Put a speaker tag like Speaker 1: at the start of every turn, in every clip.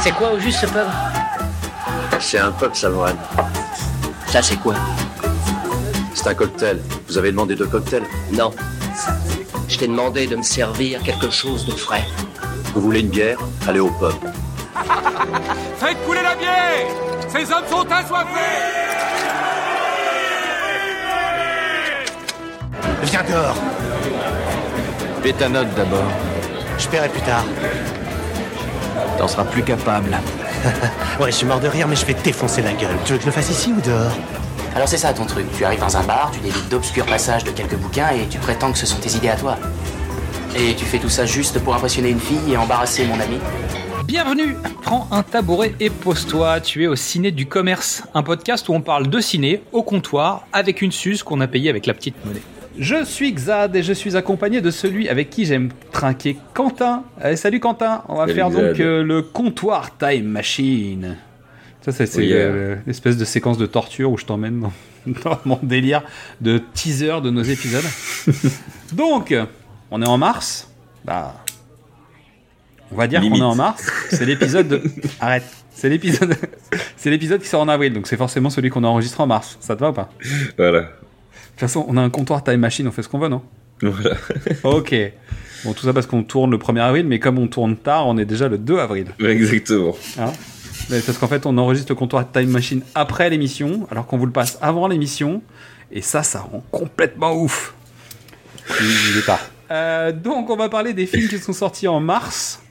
Speaker 1: C'est quoi au juste ce peuple
Speaker 2: C'est un peuple samoan.
Speaker 1: Ça c'est quoi
Speaker 2: C'est un cocktail. Vous avez demandé deux cocktails.
Speaker 1: Non. Je t'ai demandé de me servir quelque chose de frais.
Speaker 2: Vous voulez une bière Allez au pub.
Speaker 3: Faites couler la bière Ces hommes sont assoiffés
Speaker 4: Viens dehors,
Speaker 5: Pétanote d'abord.
Speaker 4: je paierai plus tard.
Speaker 5: T'en seras plus capable.
Speaker 4: Ouais, je suis mort de rire, mais je vais défoncer la gueule. Tu veux que je le fasse ici ou dehors
Speaker 6: Alors c'est ça ton truc, tu arrives dans un bar, tu délites d'obscurs passages de quelques bouquins et tu prétends que ce sont tes idées à toi. Et tu fais tout ça juste pour impressionner une fille et embarrasser mon ami
Speaker 7: Bienvenue Prends un tabouret et pose-toi, tu es au Ciné du Commerce, un podcast où on parle de ciné au comptoir avec une suce qu'on a payée avec la petite monnaie. Je suis Xad et je suis accompagné de celui avec qui j'aime trinquer, Quentin. Allez, salut Quentin, on va
Speaker 8: Salut
Speaker 7: faire
Speaker 8: Xad.
Speaker 7: donc euh, le comptoir Time Machine. Ça c'est c'est,
Speaker 8: Oui, euh.
Speaker 7: euh, l'espèce de séquence de torture où je t'emmène dans, dans mon délire de teaser de nos épisodes. donc, on est en mars. Bah, on va dire qu'on
Speaker 8: Limite.
Speaker 7: est en mars. C'est l'épisode. de- Arrête. C'est l'épisode. C'est l'épisode qui sort en avril, donc c'est forcément celui qu'on a enregistré en mars. Ça te va ou pas De
Speaker 8: Voilà.
Speaker 7: toute façon, on a un comptoir Time Machine, on fait ce qu'on veut, non
Speaker 8: Voilà.
Speaker 7: Ok. Bon, tout ça parce qu'on tourne le 1er avril, mais comme on tourne tard, on est déjà le 2 avril.
Speaker 8: Ouais, Exactement.
Speaker 7: Hein Mais parce qu'en fait, on enregistre le comptoir Time Machine après l'émission, alors qu'on vous le passe avant l'émission. Et ça, ça rend complètement ouf. Il est pas. Euh, donc, on va parler des films qui sont sortis en mars,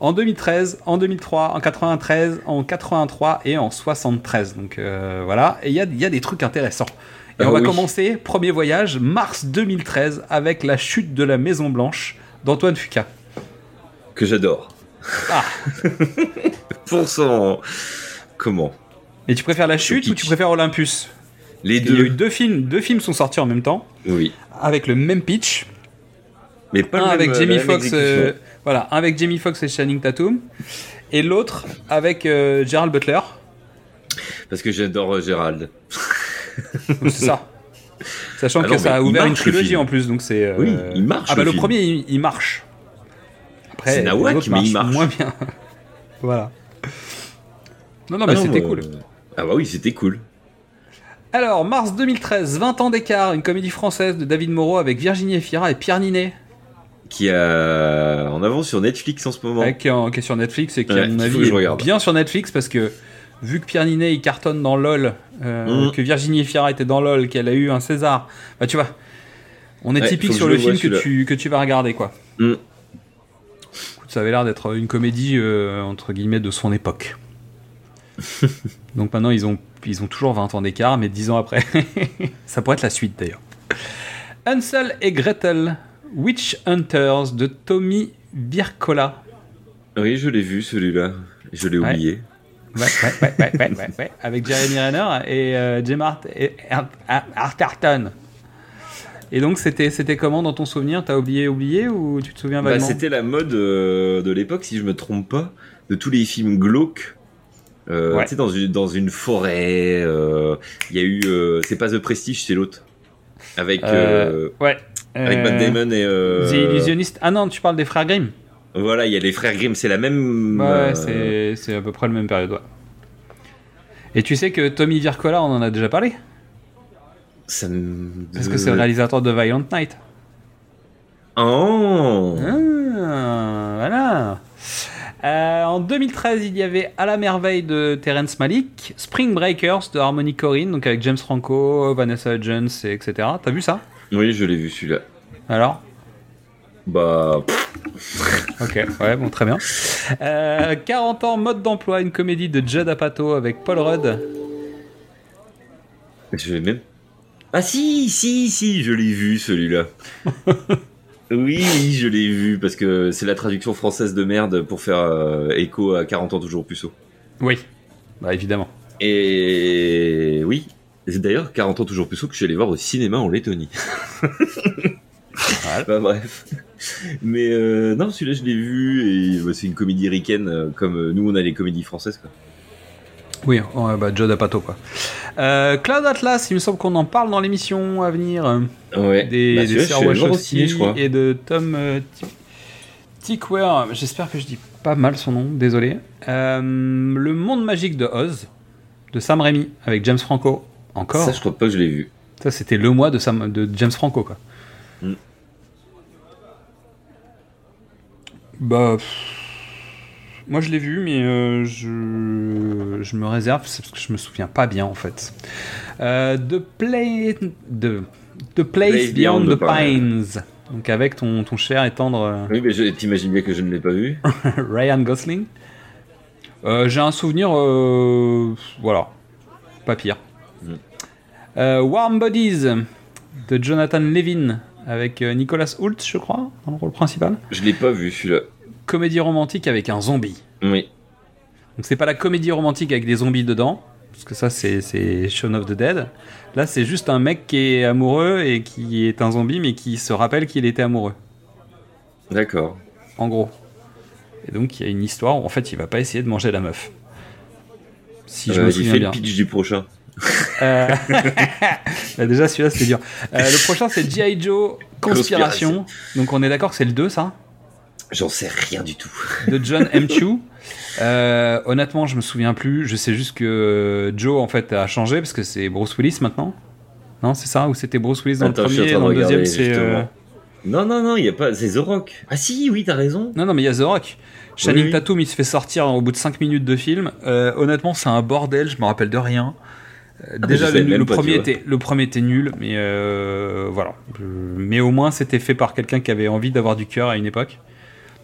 Speaker 7: en 2013, en 2003, en 93, en 83 et en 73. Donc euh, voilà. Et il y a, il y a des trucs intéressants. Et
Speaker 8: Ah
Speaker 7: on va
Speaker 8: oui.
Speaker 7: commencer, premier voyage, mars 2013, avec la chute de la Maison Blanche d'Antoine Fuca.
Speaker 8: Que j'adore.
Speaker 7: Ah.
Speaker 8: Pour son. Comment
Speaker 7: Et tu préfères la chute ou tu
Speaker 8: kitsch.
Speaker 7: préfères Olympus
Speaker 8: Les
Speaker 7: Il y a eu
Speaker 8: deux.
Speaker 7: deux films, deux films sont sortis en même temps,
Speaker 8: Oui.
Speaker 7: avec le même pitch.
Speaker 8: Mais pas
Speaker 7: un
Speaker 8: le même-
Speaker 7: Ah, avec Jamie
Speaker 8: la même
Speaker 7: Foxx, euh,
Speaker 8: exécution.
Speaker 7: voilà, un avec Jamie Foxx et Channing Tatum, et l'autre avec euh, Gerald Butler.
Speaker 8: Parce que j'adore euh, Gérald.
Speaker 7: C'est ça. Sachant
Speaker 8: Ah
Speaker 7: que
Speaker 8: non, mais
Speaker 7: ça a
Speaker 8: il
Speaker 7: ouvert une
Speaker 8: marche, le
Speaker 7: trilogie
Speaker 8: film.
Speaker 7: en plus, donc c'est. euh,
Speaker 8: Oui, il marche,
Speaker 7: Ah bah
Speaker 8: le
Speaker 7: le,
Speaker 8: film.
Speaker 7: premier, il, il marche. Après,
Speaker 8: C'est nawak,
Speaker 7: l'autre
Speaker 8: mais il marche.
Speaker 7: moins bien. voilà. Non non mais
Speaker 8: Ah non,
Speaker 7: c'était
Speaker 8: euh,
Speaker 7: cool.
Speaker 8: Ah bah oui, c'était cool.
Speaker 7: Alors mars 2013, 20 ans d'écart, une comédie française de David Moreau avec Virginie Efira et Pierre Ninet.
Speaker 8: Qui a en avance sur Netflix en ce moment.
Speaker 7: Ouais, qui, est en- qui est sur Netflix et qui, à
Speaker 8: Ouais,
Speaker 7: mon
Speaker 8: faut
Speaker 7: avis,
Speaker 8: que je
Speaker 7: est
Speaker 8: regarde.
Speaker 7: bien sur Netflix parce que vu que Pierre Ninet il cartonne dans LOL, euh,
Speaker 8: Mm.
Speaker 7: que Virginie Fira était dans LOL, qu'elle a eu un César, bah tu vois, on est
Speaker 8: Ouais,
Speaker 7: typique
Speaker 8: faut que
Speaker 7: sur
Speaker 8: je
Speaker 7: le
Speaker 8: le vois,
Speaker 7: film que
Speaker 8: celui-là.
Speaker 7: tu, que tu vas regarder quoi.
Speaker 8: Mm.
Speaker 7: Écoute, ça avait l'air d'être une comédie euh, entre guillemets de son époque. Donc maintenant ils ont, ils ont toujours 20 ans d'écart, mais 10 ans après. ça pourrait être la suite d'ailleurs. Hansel et Gretel, Witch Hunters de Tommy Vircola.
Speaker 8: Oui, je l'ai vu celui-là. Je l'ai
Speaker 7: Ouais.
Speaker 8: oublié.
Speaker 7: Ouais, ouais, ouais, ouais, ouais, ouais, ouais. Avec Jeremy Renner et euh, Jim Hart- et- Hart- Hart- Hartarton. Et donc, c'était c'était comment dans ton souvenir T'as oublié, oublié ou tu te souviens
Speaker 8: Bah,
Speaker 7: vaguement
Speaker 8: c'était la mode euh, de l'époque, si je me trompe pas, de tous les films glauques. Euh,
Speaker 7: Ouais.
Speaker 8: Tu sais, dans une, dans une forêt. euh, Il y a eu. euh, c'est pas The Prestige, c'est l'autre. Avec.
Speaker 7: Euh,
Speaker 8: euh,
Speaker 7: Ouais.
Speaker 8: Avec
Speaker 7: Euh,
Speaker 8: Matt Damon et. euh,
Speaker 7: The Illusionist. Ah non, tu parles des frères Grimm
Speaker 8: Voilà, il y a les frères Grimm, c'est la même.
Speaker 7: Ouais,
Speaker 8: euh,
Speaker 7: c'est- c'est à peu près le même période. ouais. Et tu sais que Tommy Vircola, on en a déjà parlé
Speaker 8: Ça me-
Speaker 7: Parce que c'est le réalisateur de Violent Night.
Speaker 8: Oh
Speaker 7: Hein Ah, voilà. Euh, en 2013, il y avait À la merveille de Terence Malick, Spring Breakers de Harmony Corinne, donc avec James Franco, Vanessa Hudgens, et etc. T'as vu ça
Speaker 8: Oui, je l'ai vu celui-là.
Speaker 7: Alors
Speaker 8: Bah. pff,
Speaker 7: Ok, ouais, bon, très bien. Euh, 40 ans, mode d'emploi, une comédie de Judd Apatow avec Paul Rudd.
Speaker 8: je vais même. Ah si, si, si, je l'ai vu celui-là. oui, oui, je l'ai vu parce que c'est la traduction française de merde pour faire euh, écho à 40 ans toujours puceau.
Speaker 7: Oui. Bah, évidemment.
Speaker 8: Et oui. C'est d'ailleurs 40 ans toujours puceau que je suis allé voir au cinéma en Lettonie. Bah bref. Mais euh, non, celui-là je l'ai vu et bah, c'est une comédie ricaine euh, comme euh, nous on a les comédies françaises quoi.
Speaker 7: Oui, ouais, bah, Judd Apatow, quoi. Euh, Cloud Atlas, il me semble qu'on en parle dans l'émission à venir.
Speaker 8: Ouais.
Speaker 7: des,
Speaker 8: Bah,
Speaker 7: des
Speaker 8: celui-là, je
Speaker 7: sœurs
Speaker 8: suis allé le voir au
Speaker 7: Wachowski
Speaker 8: ciné, je crois.
Speaker 7: et de Tom euh, Ti- Tickware. J'espère que je dis pas mal son nom, désolé. Euh, le monde magique de Oz, de Sam Raimi, avec James Franco, encore.
Speaker 8: Ça, je crois pas que je l'ai vu.
Speaker 7: Ça, c'était le mois de, Sam- de James Franco, quoi.
Speaker 8: Mm.
Speaker 7: Bah. pff, Moi, je l'ai vu, mais euh, je, je me réserve, c'est parce que je me souviens pas bien, en fait. Euh, the, Pla- the, the Place
Speaker 8: Place
Speaker 7: Beyond,
Speaker 8: Beyond
Speaker 7: the
Speaker 8: the Pines.
Speaker 7: Pines. Donc, avec ton, ton cher et tendre
Speaker 8: Oui, mais je- t'imagines bien que je ne l'ai pas vu.
Speaker 7: euh, Ryan Gosling. Euh, J'ai un souvenir. euh, voilà. Pas pire. Euh, Warm Bodies de Jonathan Levin avec euh, Nicolas Hoult, je crois, dans le rôle principal.
Speaker 8: Je l'ai pas vu celui-là.
Speaker 7: Comédie romantique avec un zombie.
Speaker 8: Oui.
Speaker 7: Donc c'est pas la comédie romantique avec des zombies dedans, parce que ça c'est c'est Shaun of the Dead. Là c'est juste un mec qui est amoureux et qui est un zombie mais qui se rappelle qu'il était amoureux,
Speaker 8: D'accord.
Speaker 7: en gros. Et donc il y a une histoire où en fait il va pas essayer de manger la meuf. Si je
Speaker 8: Euh,
Speaker 7: me
Speaker 8: il
Speaker 7: souviens
Speaker 8: fait
Speaker 7: bien.
Speaker 8: le pitch du prochain.
Speaker 7: Euh, bah, déjà celui-là c'est dur. Euh, le prochain c'est G.I. Joe Conspiration.
Speaker 8: Conspiration.
Speaker 7: Donc on est d'accord que c'est le 2 ça
Speaker 8: J'en sais rien du tout.
Speaker 7: de John M. Chu. Euh, honnêtement, je me souviens plus. Je sais juste que Joe en fait a changé parce que c'est Bruce Willis maintenant. Non, c'est ça Ou c'était Bruce Willis dans
Speaker 8: Attends,
Speaker 7: le
Speaker 8: je suis en
Speaker 7: premier et
Speaker 8: train de
Speaker 7: dans le deuxième
Speaker 8: regarder,
Speaker 7: c'est. euh,
Speaker 8: justement. Non, non, non, il y a pas. C'est The Rock. Ah si, oui, t'as raison.
Speaker 7: Non, non, mais il y a The Rock. Channing
Speaker 8: oui.
Speaker 7: Tatum, il se fait sortir au bout de 5 minutes de film. Euh, honnêtement, c'est un bordel. Je me rappelle de rien. Euh,
Speaker 8: Ah, mais
Speaker 7: Déjà,
Speaker 8: je
Speaker 7: le,
Speaker 8: savais même
Speaker 7: le
Speaker 8: pas, tu
Speaker 7: premier
Speaker 8: vois.
Speaker 7: était, le premier était nul, mais euh, voilà. Je- Mais au moins, c'était fait par quelqu'un qui avait envie d'avoir du cœur à une époque.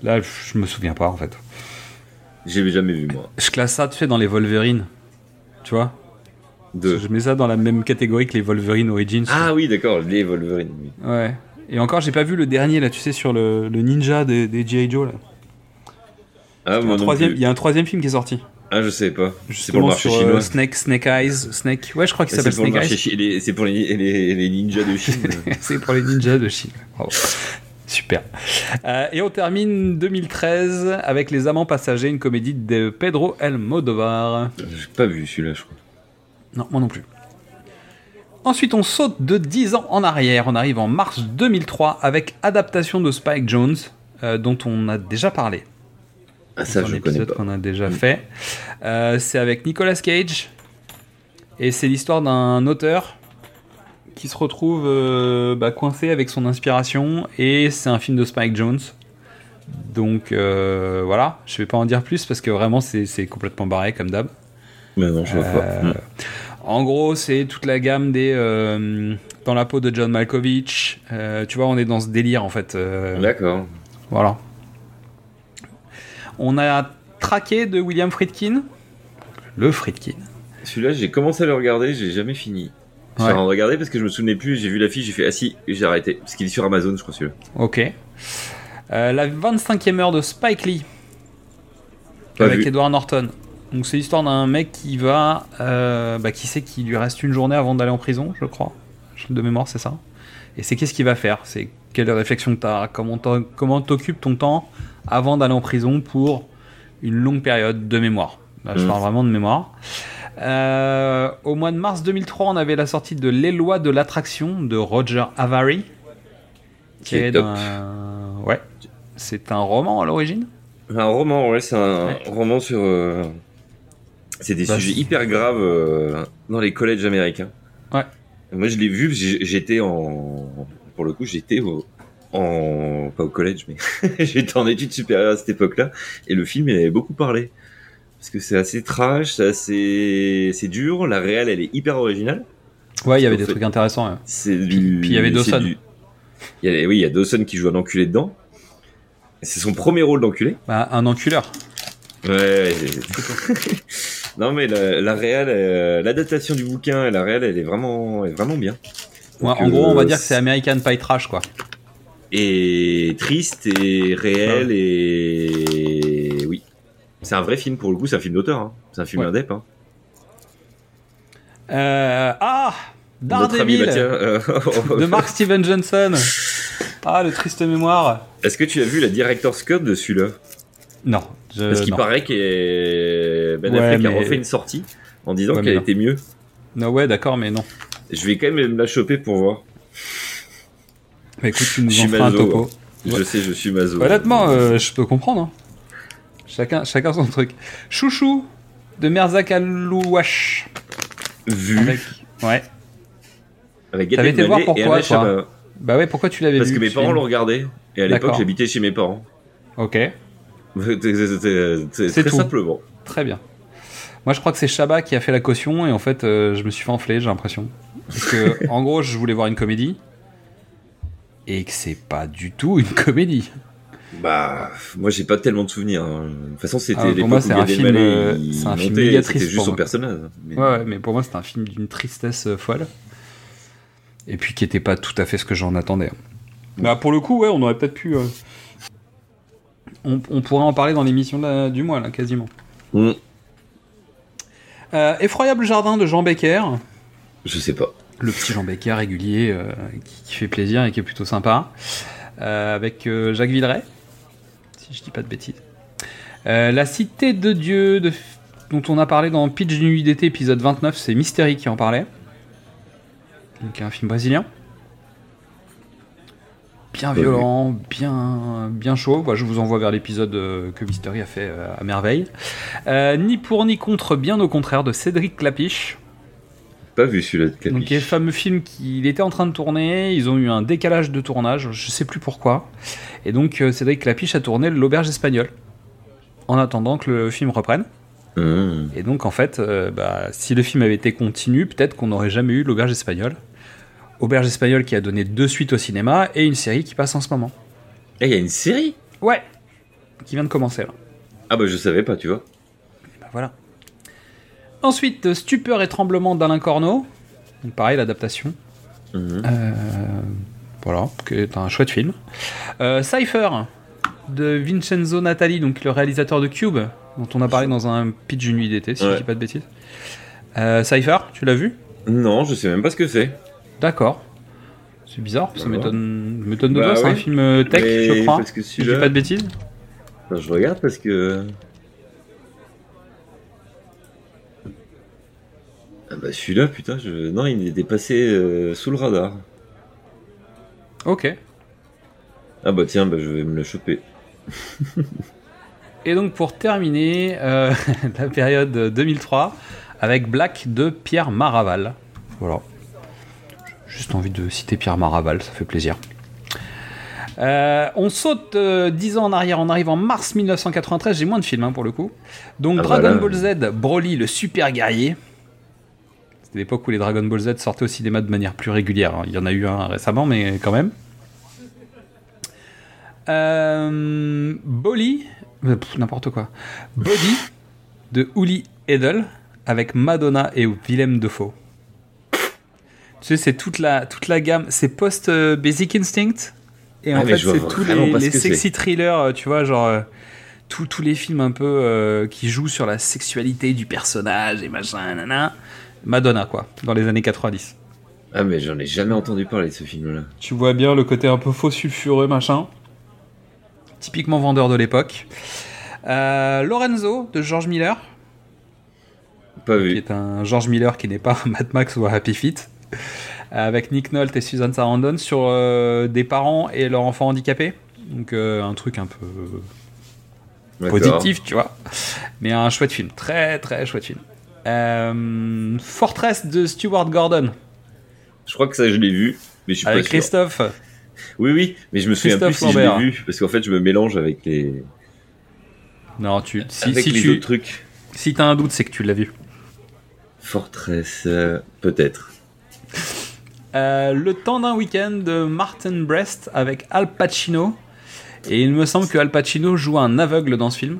Speaker 7: Là, je me souviens pas en fait.
Speaker 8: J'ai jamais vu moi.
Speaker 7: Je classe ça, tu sais, dans les Wolverine. Tu vois
Speaker 8: Deux.
Speaker 7: Je mets ça dans la même catégorie que les Wolverine Origins.
Speaker 8: Ah oui, d'accord, les Wolverine. oui.
Speaker 7: Ouais. Et encore, j'ai pas vu le dernier, là, tu sais, sur le, le ninja des, des G.I. Joe, là.
Speaker 8: Ah, moi
Speaker 7: Un
Speaker 8: non
Speaker 7: troisième-
Speaker 8: plus.
Speaker 7: Il y a un troisième film qui est sorti.
Speaker 8: Ah, je sais pas. C'est pour
Speaker 7: Justement
Speaker 8: le marché
Speaker 7: sur euh,
Speaker 8: chinois.
Speaker 7: Snake, Snake Eyes, Snake. Ouais, je crois qu'il
Speaker 8: C'est
Speaker 7: s'appelle
Speaker 8: pour le
Speaker 7: Snake
Speaker 8: marché
Speaker 7: Eyes.
Speaker 8: chi- les- C'est pour les, les, les ninjas de Chine.
Speaker 7: C'est pour les ninjas de Chine. Bravo. Super. Euh, et on termine 2013 avec Les Amants Passagers, une comédie de Pedro Almodovar.
Speaker 8: J'ai pas vu celui-là, je crois.
Speaker 7: Non, moi non plus. Ensuite, on saute de 10 ans en arrière. On arrive en mars 2003 avec adaptation de Spike Jones, euh, dont on a déjà parlé.
Speaker 8: Ah, ça,
Speaker 7: dans
Speaker 8: je connais
Speaker 7: l'épisode
Speaker 8: pas. Mm.
Speaker 7: qu'on a déjà fait. Euh, c'est avec Nicolas Cage. Et c'est l'histoire d'un auteur qui se retrouve euh, bah, coincé avec son inspiration. Et c'est un film de Spike Jones. Donc euh, voilà, je vais pas en dire plus parce que vraiment c'est c'est complètement barré comme d'hab.
Speaker 8: Mais non, je vois pas.
Speaker 7: hein. Euh, En gros, c'est toute la gamme des euh, dans la peau de John Malkovich. Euh, tu vois, on est dans ce délire en fait. euh,
Speaker 8: Hmm. D'accord.
Speaker 7: voilà. On a traqué de William Friedkin. Le Friedkin.
Speaker 8: Celui-là, j'ai commencé à le regarder, j'ai jamais fini. J'ai
Speaker 7: Ouais.
Speaker 8: regardé parce que je me souvenais plus, j'ai vu l'affiche, j'ai fait ah si, et j'ai arrêté. Parce qu'il est sur Amazon, je crois celui-là.
Speaker 7: Ok. Euh, la 25e heure de Spike Lee
Speaker 8: Pas
Speaker 7: avec
Speaker 8: vu.
Speaker 7: Edward Norton. Donc c'est l'histoire d'un mec qui va, euh, bah, qui sait qu'il lui reste une journée avant d'aller en prison, je crois. Je- De mémoire, c'est ça. Et c'est qu'est-ce qu'il va faire C'est quelle réflexion que t'as Comment t'en- comment t'occupes ton temps avant d'aller en prison pour une longue période de mémoire Là, je
Speaker 8: Mhm.
Speaker 7: parle vraiment de mémoire. Euh, au mois de mars 2003, on avait la sortie de Les lois de l'attraction de Roger Avary.
Speaker 8: Qui est top.
Speaker 7: d'un- Ouais. C'est un roman à l'origine
Speaker 8: Un roman, ouais, c'est un
Speaker 7: Ouais.
Speaker 8: roman sur. euh, C'est des
Speaker 7: Bah,
Speaker 8: sujets
Speaker 7: c'est-
Speaker 8: hyper graves euh, dans les collèges américains.
Speaker 7: Ouais.
Speaker 8: Moi, je l'ai vu, parce que j'ai- j'étais en. Pour le coup, j'étais au. En... Pas au collège, mais j'étais en études supérieures à cette époque-là, et le film, il avait beaucoup parlé. Parce que c'est assez trash, c'est assez. C'est dur, la réelle, elle est hyper originale.
Speaker 7: Ouais, il y avait
Speaker 8: Tout
Speaker 7: des
Speaker 8: fait.
Speaker 7: trucs intéressants. ouais.
Speaker 8: C'est du.
Speaker 7: puis il y avait
Speaker 8: c'est
Speaker 7: Dawson.
Speaker 8: du- Il y a, oui, il y a Dawson qui joue un enculé dedans. C'est son premier rôle d'enculé.
Speaker 7: Bah, un enculeur.
Speaker 8: Ouais, ouais, c'est- non mais la, la réelle, euh, l'adaptation du bouquin et la réelle, elle est vraiment, elle est vraiment bien.
Speaker 7: Ouais,
Speaker 8: Donc,
Speaker 7: en gros, on va
Speaker 8: euh,
Speaker 7: dire que c'est American Pie Trash, quoi.
Speaker 8: Et triste et réel
Speaker 7: Ouais.
Speaker 8: et oui, c'est un vrai film pour le coup, c'est un film d'auteur, hein. c'est un film
Speaker 7: Ouais.
Speaker 8: indep. Hein.
Speaker 7: Euh, ah
Speaker 8: Notre ami Mathieu,
Speaker 7: Daredevil
Speaker 8: euh,
Speaker 7: de Mark Steven Johnson. Ah, le triste mémoire.
Speaker 8: Est-ce que tu as vu la director's cut de celui-là
Speaker 7: Non, je,
Speaker 8: Parce qu'il
Speaker 7: Euh, non.
Speaker 8: paraît que Ben
Speaker 7: Ouais,
Speaker 8: Affleck a
Speaker 7: mais-
Speaker 8: refait une sortie en disant
Speaker 7: Ouais, mais
Speaker 8: qu'elle
Speaker 7: non.
Speaker 8: était mieux.
Speaker 7: Non, ouais, d'accord, mais non.
Speaker 8: Je vais quand même la choper pour voir.
Speaker 7: Bah, écoute, tu nous
Speaker 8: Je
Speaker 7: en
Speaker 8: suis
Speaker 7: feras un
Speaker 8: maso,
Speaker 7: topo. euh,
Speaker 8: Je sais, je suis maso.
Speaker 7: Honnêtement, euh, je peux comprendre. hein. Chacun, chacun son truc. Chouchou de Merzak Alouache.
Speaker 8: Vu
Speaker 7: Avec... Ouais.
Speaker 8: avec
Speaker 7: T'avais
Speaker 8: Gaëtan
Speaker 7: été voir
Speaker 8: Mallet et
Speaker 7: pourquoi,
Speaker 8: Alain
Speaker 7: toi
Speaker 8: Chabat.
Speaker 7: Bah ouais, pourquoi tu l'avais
Speaker 8: Parce
Speaker 7: vu
Speaker 8: que mes
Speaker 7: ce
Speaker 8: parents
Speaker 7: film
Speaker 8: l'ont regardé. Et à l'époque,
Speaker 7: D'accord.
Speaker 8: j'habitais chez mes parents.
Speaker 7: Ok,
Speaker 8: C'est- c'est- C'est c'est-
Speaker 7: C'est
Speaker 8: très
Speaker 7: tout.
Speaker 8: simplement.
Speaker 7: très bien. Moi, je crois que c'est Chabat qui a fait la caution et en fait, euh, je me suis fait enfler, j'ai l'impression. Parce que, en gros, je voulais voir une comédie et que c'est pas du tout une comédie.
Speaker 8: Bah, moi j'ai pas tellement de souvenirs. hein. De toute façon, c'était
Speaker 7: Ah, pour
Speaker 8: l'époque
Speaker 7: moi,
Speaker 8: où
Speaker 7: c'est un
Speaker 8: Gad
Speaker 7: film,
Speaker 8: Elmaleh,
Speaker 7: euh,
Speaker 8: il
Speaker 7: c'est un film
Speaker 8: montait,
Speaker 7: méga
Speaker 8: c'était
Speaker 7: triste
Speaker 8: juste
Speaker 7: pour
Speaker 8: son
Speaker 7: moi.
Speaker 8: personnage. Mais-
Speaker 7: Ouais, ouais, mais pour moi, c'était un film d'une tristesse euh, folle. Et puis qui était pas tout à fait ce que j'en attendais. Bah, pour le coup, ouais, on aurait peut-être pu. euh, On, on pourrait en parler dans l'émission de la- du mois, là, quasiment.
Speaker 8: Mm.
Speaker 7: Euh, Effroyable jardin de Jean Becker.
Speaker 8: Je sais pas.
Speaker 7: le petit Jean Becker régulier euh, qui, qui fait plaisir et qui est plutôt sympa, Euh, avec euh, Jacques Villeray, si je dis pas de bêtises. Euh, la Cité de Dieu, de- dont on a parlé dans Pitch du nuit d'été, épisode 29, c'est Mystery qui en parlait. Donc un film brésilien. Bien
Speaker 8: Pas vu.
Speaker 7: violent, bien, bien chaud. Bah, je vous envoie vers l'épisode euh, que Mystery a fait euh, à merveille. Euh, ni pour ni contre, bien au contraire, de Cédric Clapiche.
Speaker 8: Pas vu celui-là de Capiche.
Speaker 7: Donc, il y a le fameux film qu'il était en train de tourner, ils ont eu un décalage de tournage, je sais plus pourquoi. Et donc, euh, Cédric Clapiche a tourné L'Auberge espagnole, en attendant que le film reprenne.
Speaker 8: Mmh.
Speaker 7: Et donc, en fait, euh, bah, si le film avait été continu, peut-être qu'on n'aurait jamais eu L'Auberge espagnole. Auberge espagnole qui a donné deux suites au cinéma et une série qui passe en ce moment.
Speaker 8: Eh, il y a une série
Speaker 7: Ouais Qui vient de commencer là.
Speaker 8: Ah bah je savais pas, tu vois.
Speaker 7: Bah, voilà. Ensuite, euh, Stupeur et tremblement d'Alain Corneau. Donc, pareil, l'adaptation.
Speaker 8: Mhm.
Speaker 7: Euh, voilà, qui est un chouette film. Euh, Cypher de Vincenzo Natali, donc le réalisateur de Cube, dont on a parlé dans un pitch d'une nuit d'été, si je
Speaker 8: Ouais.
Speaker 7: dis pas de bêtises. Euh, Cypher, tu l'as vu
Speaker 8: Non, je sais même pas ce que c'est.
Speaker 7: D'accord. C'est bizarre, ça
Speaker 8: Bah,
Speaker 7: m'étonne m'étonne de
Speaker 8: Bah
Speaker 7: toi, c'est un
Speaker 8: oui.
Speaker 7: film euh, tech,
Speaker 8: Mais
Speaker 7: je crois.
Speaker 8: Parce que
Speaker 7: Si je dis
Speaker 8: celui-là,
Speaker 7: pas de bêtises
Speaker 8: Attends, je regarde parce que. Ah bah celui-là, putain, je... non, il était passé euh, sous le radar.
Speaker 7: Ok.
Speaker 8: Ah bah tiens, bah, je vais me le choper.
Speaker 7: Et donc pour terminer euh, la période 2003 avec Black de Pierre Maraval. Voilà. J'ai Juste envie de citer Pierre Maraval, ça fait plaisir. Euh, on saute euh, 10 ans en arrière, on arrive en mars 1993, j'ai moins de films hein, pour le coup. Donc
Speaker 8: Ah,
Speaker 7: Dragon
Speaker 8: voilà.
Speaker 7: Ball Z, Broly le super guerrier. C'était l'époque où les Dragon Ball Z sortaient au cinéma de manière plus régulière. hein. Il y en a eu un récemment, mais quand même. Euh, Bolly, euh, pff, n'importe quoi. Body de Uli Edel avec Madonna et Willem Dafoe. Tu sais, c'est toute la, toute la gamme. C'est post euh, Basic Instinct. Et en
Speaker 8: Ah, mais
Speaker 7: fait,
Speaker 8: je vois
Speaker 7: c'est tous
Speaker 8: vraiment
Speaker 7: les,
Speaker 8: pas ce
Speaker 7: les
Speaker 8: que c'est.
Speaker 7: sexy thrillers, euh, tu vois, genre. euh, tous- tous les films un peu euh, qui jouent sur la sexualité du personnage et machin, nanana. Madonna, quoi, dans les années 90.
Speaker 8: Ah mais j'en ai jamais entendu parler de ce film-là.
Speaker 7: Tu vois bien le côté un peu faux sulfureux, machin. Typiquement vendeur de l'époque. Euh, Lorenzo de George Miller,
Speaker 8: Pas
Speaker 7: qui
Speaker 8: vu.
Speaker 7: est un George Miller qui n'est pas un Mad Max ou un Happy Feet, avec Nick Nolte et Susan Sarandon sur euh, des parents et leur enfant handicapé. Donc euh, un truc un peu
Speaker 8: D'accord.
Speaker 7: positif, tu vois. Mais un chouette film, très très chouette film. Euh, Fortress de Stewart Gordon
Speaker 8: Je crois que ça, je l'ai vu, mais je suis
Speaker 7: avec
Speaker 8: pas sûr.
Speaker 7: Christophe.
Speaker 8: Oui, oui, mais je me souviens plus
Speaker 7: Christophe
Speaker 8: si je
Speaker 7: Lambert.
Speaker 8: l'ai vu, parce qu'en fait, je me mélange avec les,
Speaker 7: Non, tu, si,
Speaker 8: avec
Speaker 7: si
Speaker 8: les
Speaker 7: tu
Speaker 8: autres trucs.
Speaker 7: si t'as un doute, c'est que tu l'as vu.
Speaker 8: Fortress, euh, peut-être.
Speaker 7: Euh, le temps d'un week-end de Martin Brest avec Al Pacino. Et il me semble que Al Pacino joue un aveugle dans ce film.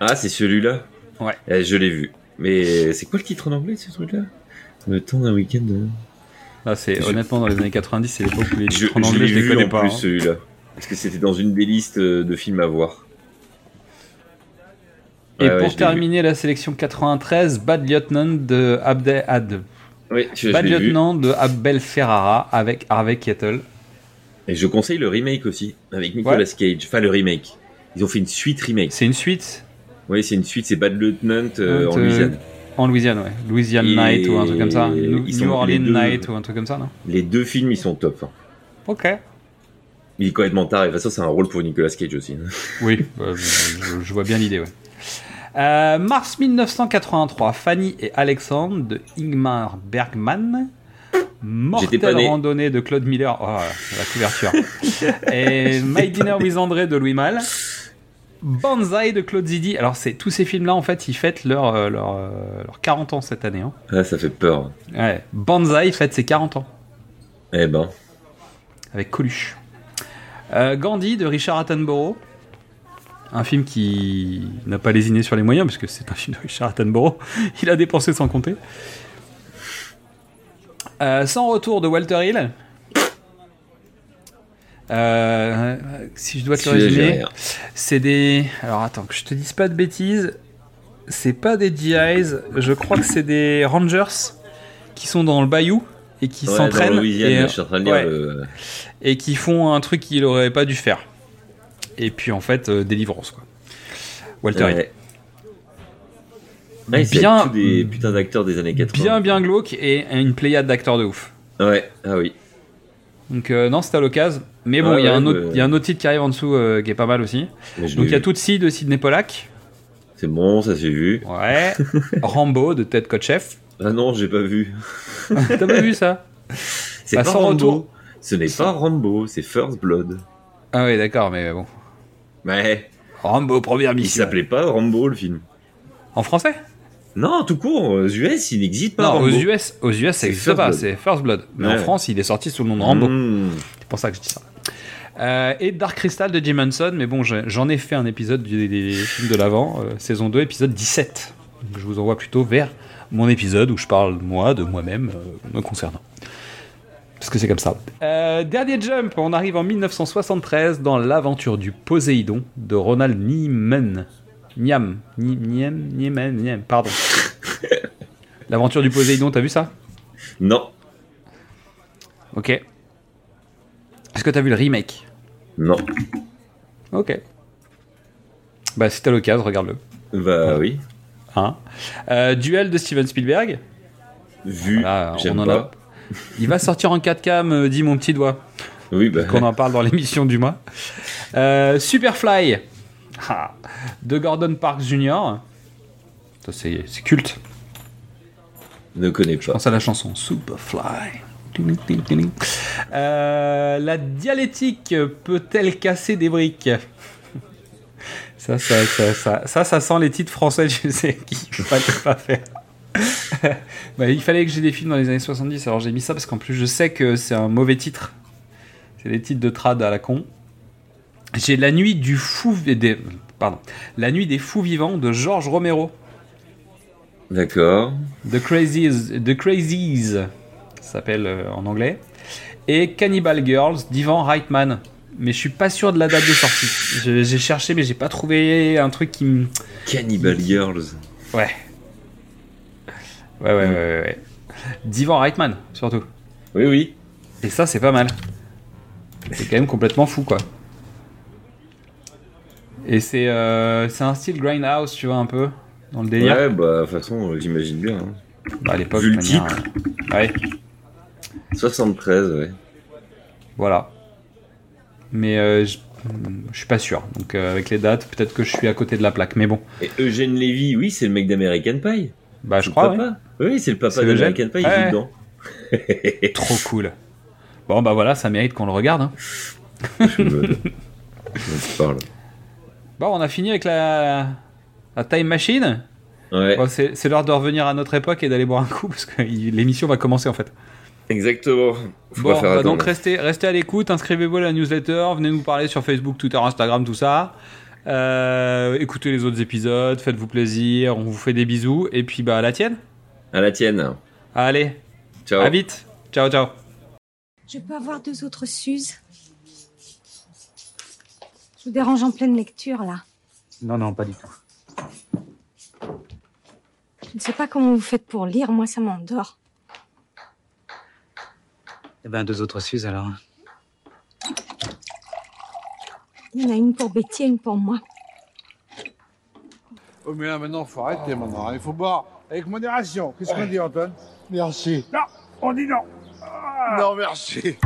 Speaker 8: Ah, c'est celui-là
Speaker 7: Ouais.
Speaker 8: Eh, je l'ai vu. Mais euh, c'est quoi le titre en anglais, ce truc-là Le temps d'un week-end. euh.
Speaker 7: Là, Ah, c'est
Speaker 8: Je-
Speaker 7: honnêtement dans les années 90, c'est l'époque où les
Speaker 8: Je,
Speaker 7: titres en
Speaker 8: je
Speaker 7: anglais,
Speaker 8: l'ai
Speaker 7: je les
Speaker 8: vu
Speaker 7: connais
Speaker 8: en
Speaker 7: pas.
Speaker 8: plus,
Speaker 7: hein.
Speaker 8: celui-là. Parce que c'était dans une des listes euh, de films à voir.
Speaker 7: Et
Speaker 8: hein. Ouais, ouais, je l'ai
Speaker 7: pour
Speaker 8: vu.
Speaker 7: terminer la sélection 93, Bad Lieutenant de Abdel Had.
Speaker 8: Oui, je, je
Speaker 7: Bad
Speaker 8: l'ai vu.
Speaker 7: Lieutenant de Abel Ferrara avec Harvey Keitel.
Speaker 8: Et je conseille le remake aussi, avec Nicolas
Speaker 7: Ouais.
Speaker 8: Cage. Enfin, le remake. Ils ont fait une suite remake.
Speaker 7: C'est une suite
Speaker 8: Oui, c'est une suite, c'est Bad Lieutenant euh, en
Speaker 7: Euh,
Speaker 8: Louisiane.
Speaker 7: en Louisiane, ouais. Louisiane
Speaker 8: Et-
Speaker 7: Night ou un truc comme ça.
Speaker 8: ils
Speaker 7: New,
Speaker 8: sont
Speaker 7: New
Speaker 8: les
Speaker 7: Orleans
Speaker 8: deux-
Speaker 7: Night ou un truc comme ça, non
Speaker 8: Les deux films, ils sont top. hein.
Speaker 7: Ok.
Speaker 8: Il est complètement taré. De toute façon, c'est un rôle pour Nicolas Cage aussi. hein.
Speaker 7: Oui, euh, je, je vois bien l'idée, ouais. Euh, mars 1983, Fanny et Alexandre de Ingmar Bergman.
Speaker 8: J'étais pas
Speaker 7: Mortelle
Speaker 8: né.
Speaker 7: randonnée de Claude Miller. Oh, la couverture. et My Dinner with André de Louis Malle. Banzai de Claude Zidi. Alors, c'est tous ces films-là, en fait, ils fêtent leur, euh, leur, euh, leur 40 ans cette année. hein.
Speaker 8: Ah, ça fait peur.
Speaker 7: Ouais. Banzai fête ses 40 ans
Speaker 8: Eh ben,
Speaker 7: avec Coluche. Euh, Gandhi de Richard Attenborough. Un film qui n'a pas lésiné sur les moyens, parce que c'est un film de Richard Attenborough. Il a dépensé sans compter. Euh, sans retour de Walter Hill. Euh, si je dois te le
Speaker 8: celui-là, j'ai
Speaker 7: résumer,
Speaker 8: rien.
Speaker 7: c'est des. Alors attends, que je te dise pas de bêtises. C'est pas des GIs, je crois que c'est des Rangers qui sont dans le bayou et qui
Speaker 8: Ouais,
Speaker 7: s'entraînent.
Speaker 8: dans Louisiane,
Speaker 7: et- euh,
Speaker 8: je suis en train de lire
Speaker 7: ouais
Speaker 8: le-
Speaker 7: et qui font un truc qu'ils n'auraient pas dû faire. Et puis en fait, euh, délivrance quoi. Walter Hill.
Speaker 8: Ouais. Ouais, c'est
Speaker 7: Bien-
Speaker 8: tous des putains d'acteurs des années 80.
Speaker 7: Bien bien glauque et une pléiade d'acteurs de ouf.
Speaker 8: Ouais, ah oui.
Speaker 7: Donc euh, non, c'était à l'occasion. Mais bon,
Speaker 8: Ouais,
Speaker 7: il y a
Speaker 8: ouais,
Speaker 7: un autre-
Speaker 8: mais-
Speaker 7: il y a un autre titre qui arrive en dessous euh, qui est pas mal aussi.
Speaker 8: Mais je
Speaker 7: Donc
Speaker 8: l'ai
Speaker 7: il y a
Speaker 8: vu.
Speaker 7: Tout de Sidney Pollack.
Speaker 8: C'est bon, ça j'ai vu.
Speaker 7: Ouais. Rambo de Ted Kotcheff.
Speaker 8: Ah non, j'ai pas vu.
Speaker 7: T'as pas vu ça
Speaker 8: C'est
Speaker 7: Bah,
Speaker 8: pas
Speaker 7: sans
Speaker 8: Rambo.
Speaker 7: retour.
Speaker 8: Ce n'est pas Rambo, c'est First Blood.
Speaker 7: Ah oui, d'accord, mais bon.
Speaker 8: Ouais.
Speaker 7: Rambo première
Speaker 8: Il
Speaker 7: mission.
Speaker 8: s'appelait pas Rambo le film.
Speaker 7: En français
Speaker 8: Non, tout court, aux US, il n'existe pas
Speaker 7: Non,
Speaker 8: Rambo.
Speaker 7: aux US, aux US, ça
Speaker 8: C'est
Speaker 7: existe
Speaker 8: First
Speaker 7: pas.
Speaker 8: Blood.
Speaker 7: C'est First Blood. Mais
Speaker 8: Ouais.
Speaker 7: en France, il est sorti sous le nom de Rambo.
Speaker 8: Mmh.
Speaker 7: C'est pour ça que je dis ça. Euh, et Dark Crystal de Jim Henson, mais bon, j'ai- j'en ai fait un épisode du- des films de l'avant, euh, saison 2, épisode 17. Donc, je vous envoie plutôt vers mon épisode où je parle moi, de moi-même, euh, me concernant. Parce que c'est comme ça. Euh, dernier jump, on arrive en 1973 dans l'aventure du Poséidon de Ronald Nieman. Niam, Ni- Niem, Nieman, Niem, pardon. L'aventure du Poséidon, t'as vu ça
Speaker 8: Non,
Speaker 7: Ok. Est-ce que t'as vu le remake
Speaker 8: non.
Speaker 7: Ok. Bah, si t'as l'occasion, regarde-le.
Speaker 8: Bah oui.
Speaker 7: Hein Euh, duel de Steven Spielberg.
Speaker 8: Vu,
Speaker 7: Voilà,
Speaker 8: j'aime
Speaker 7: on en
Speaker 8: pas.
Speaker 7: Il va sortir en 4K, me dit mon petit doigt,
Speaker 8: Oui, bah.
Speaker 7: qu'on en parle dans l'émission du mois. Euh, Superfly ah, de Gordon Parks Jr. Ça, C'est c'est culte.
Speaker 8: Ne connais pas.
Speaker 7: Pense à la chanson Superfly. Euh, la dialectique peut-elle casser des briques ça ça, ça, ça, ça, ça sent les titres français, je sais, qu'il fallait pas faire. Bah, il fallait que j'ai des films dans les années 70, alors j'ai mis ça parce qu'en plus je sais que c'est un mauvais titre. C'est des titres de trad à la con. J'ai La nuit du fou des pardon, La nuit des fous vivants de Georges Romero.
Speaker 8: D'accord.
Speaker 7: The Crazies, The Crazies ça s'appelle euh, en anglais. Et Cannibal Girls d'Ivan Reitman. Mais je suis pas sûr de la date de sortie. Je- J'ai cherché, mais j'ai pas trouvé un truc qui me.
Speaker 8: Cannibal Girls.
Speaker 7: Ouais. Ouais, ouais, ouais, ouais. ouais. D'Ivan Reitman, surtout.
Speaker 8: Oui, oui.
Speaker 7: Et ça, c'est pas mal. C'est quand même complètement fou, quoi. Et c'est euh, c'est un style grindhouse, tu vois, un peu, dans le délire.
Speaker 8: Ouais, bah, de toute façon, euh, j'imagine bien. hein.
Speaker 7: Bah, à l'époque, de
Speaker 8: Vu le
Speaker 7: manière, euh, Ouais.
Speaker 8: 73, ouais.
Speaker 7: Voilà. Mais euh, je, je suis pas sûr. Donc euh, avec les dates, peut-être que je suis à côté de la plaque. Mais bon,
Speaker 8: Et Eugène Levy, oui, c'est le mec d'American Pie.
Speaker 7: bah je
Speaker 8: C'est
Speaker 7: crois.
Speaker 8: le
Speaker 7: ouais.
Speaker 8: papa. Oui, c'est le papa
Speaker 7: C'est Eugène.
Speaker 8: d'American Pie, il
Speaker 7: Ouais.
Speaker 8: joue dedans.
Speaker 7: Trop cool. Bon bah voilà, ça mérite qu'on le regarde. hein.
Speaker 8: Je me... je me parle.
Speaker 7: Bon, on a fini avec la, la time machine.
Speaker 8: Ouais,
Speaker 7: Bon, c'est c'est l'heure de revenir à notre époque et d'aller boire un coup parce que il- l'émission va commencer en fait.
Speaker 8: exactement. Faut
Speaker 7: Bon,
Speaker 8: pas faire
Speaker 7: bah
Speaker 8: attendre.
Speaker 7: donc restez, restez à l'écoute, inscrivez-vous à la newsletter, venez nous parler sur Facebook, Twitter, Instagram, tout ça. Euh, écoutez les autres épisodes, faites-vous plaisir, on vous fait des bisous et puis bah à la tienne.
Speaker 8: À la tienne.
Speaker 7: Allez,
Speaker 8: Ciao.
Speaker 7: À vite. Ciao, ciao.
Speaker 9: Je peux avoir deux autres Suzes Je vous dérange en pleine lecture, là.
Speaker 10: Non, non, pas du tout.
Speaker 9: Je ne sais pas comment vous faites pour lire, moi ça m'endort.
Speaker 10: Eh ben, deux autres Suzes, alors.
Speaker 9: Il y en a une pour Betty et une pour moi.
Speaker 11: Oh, mais là, maintenant, faut arrêter, maintenant. hein. Il faut boire avec modération. Qu'est-ce qu'on dit, Antoine Merci. Non, on dit non. Non, merci.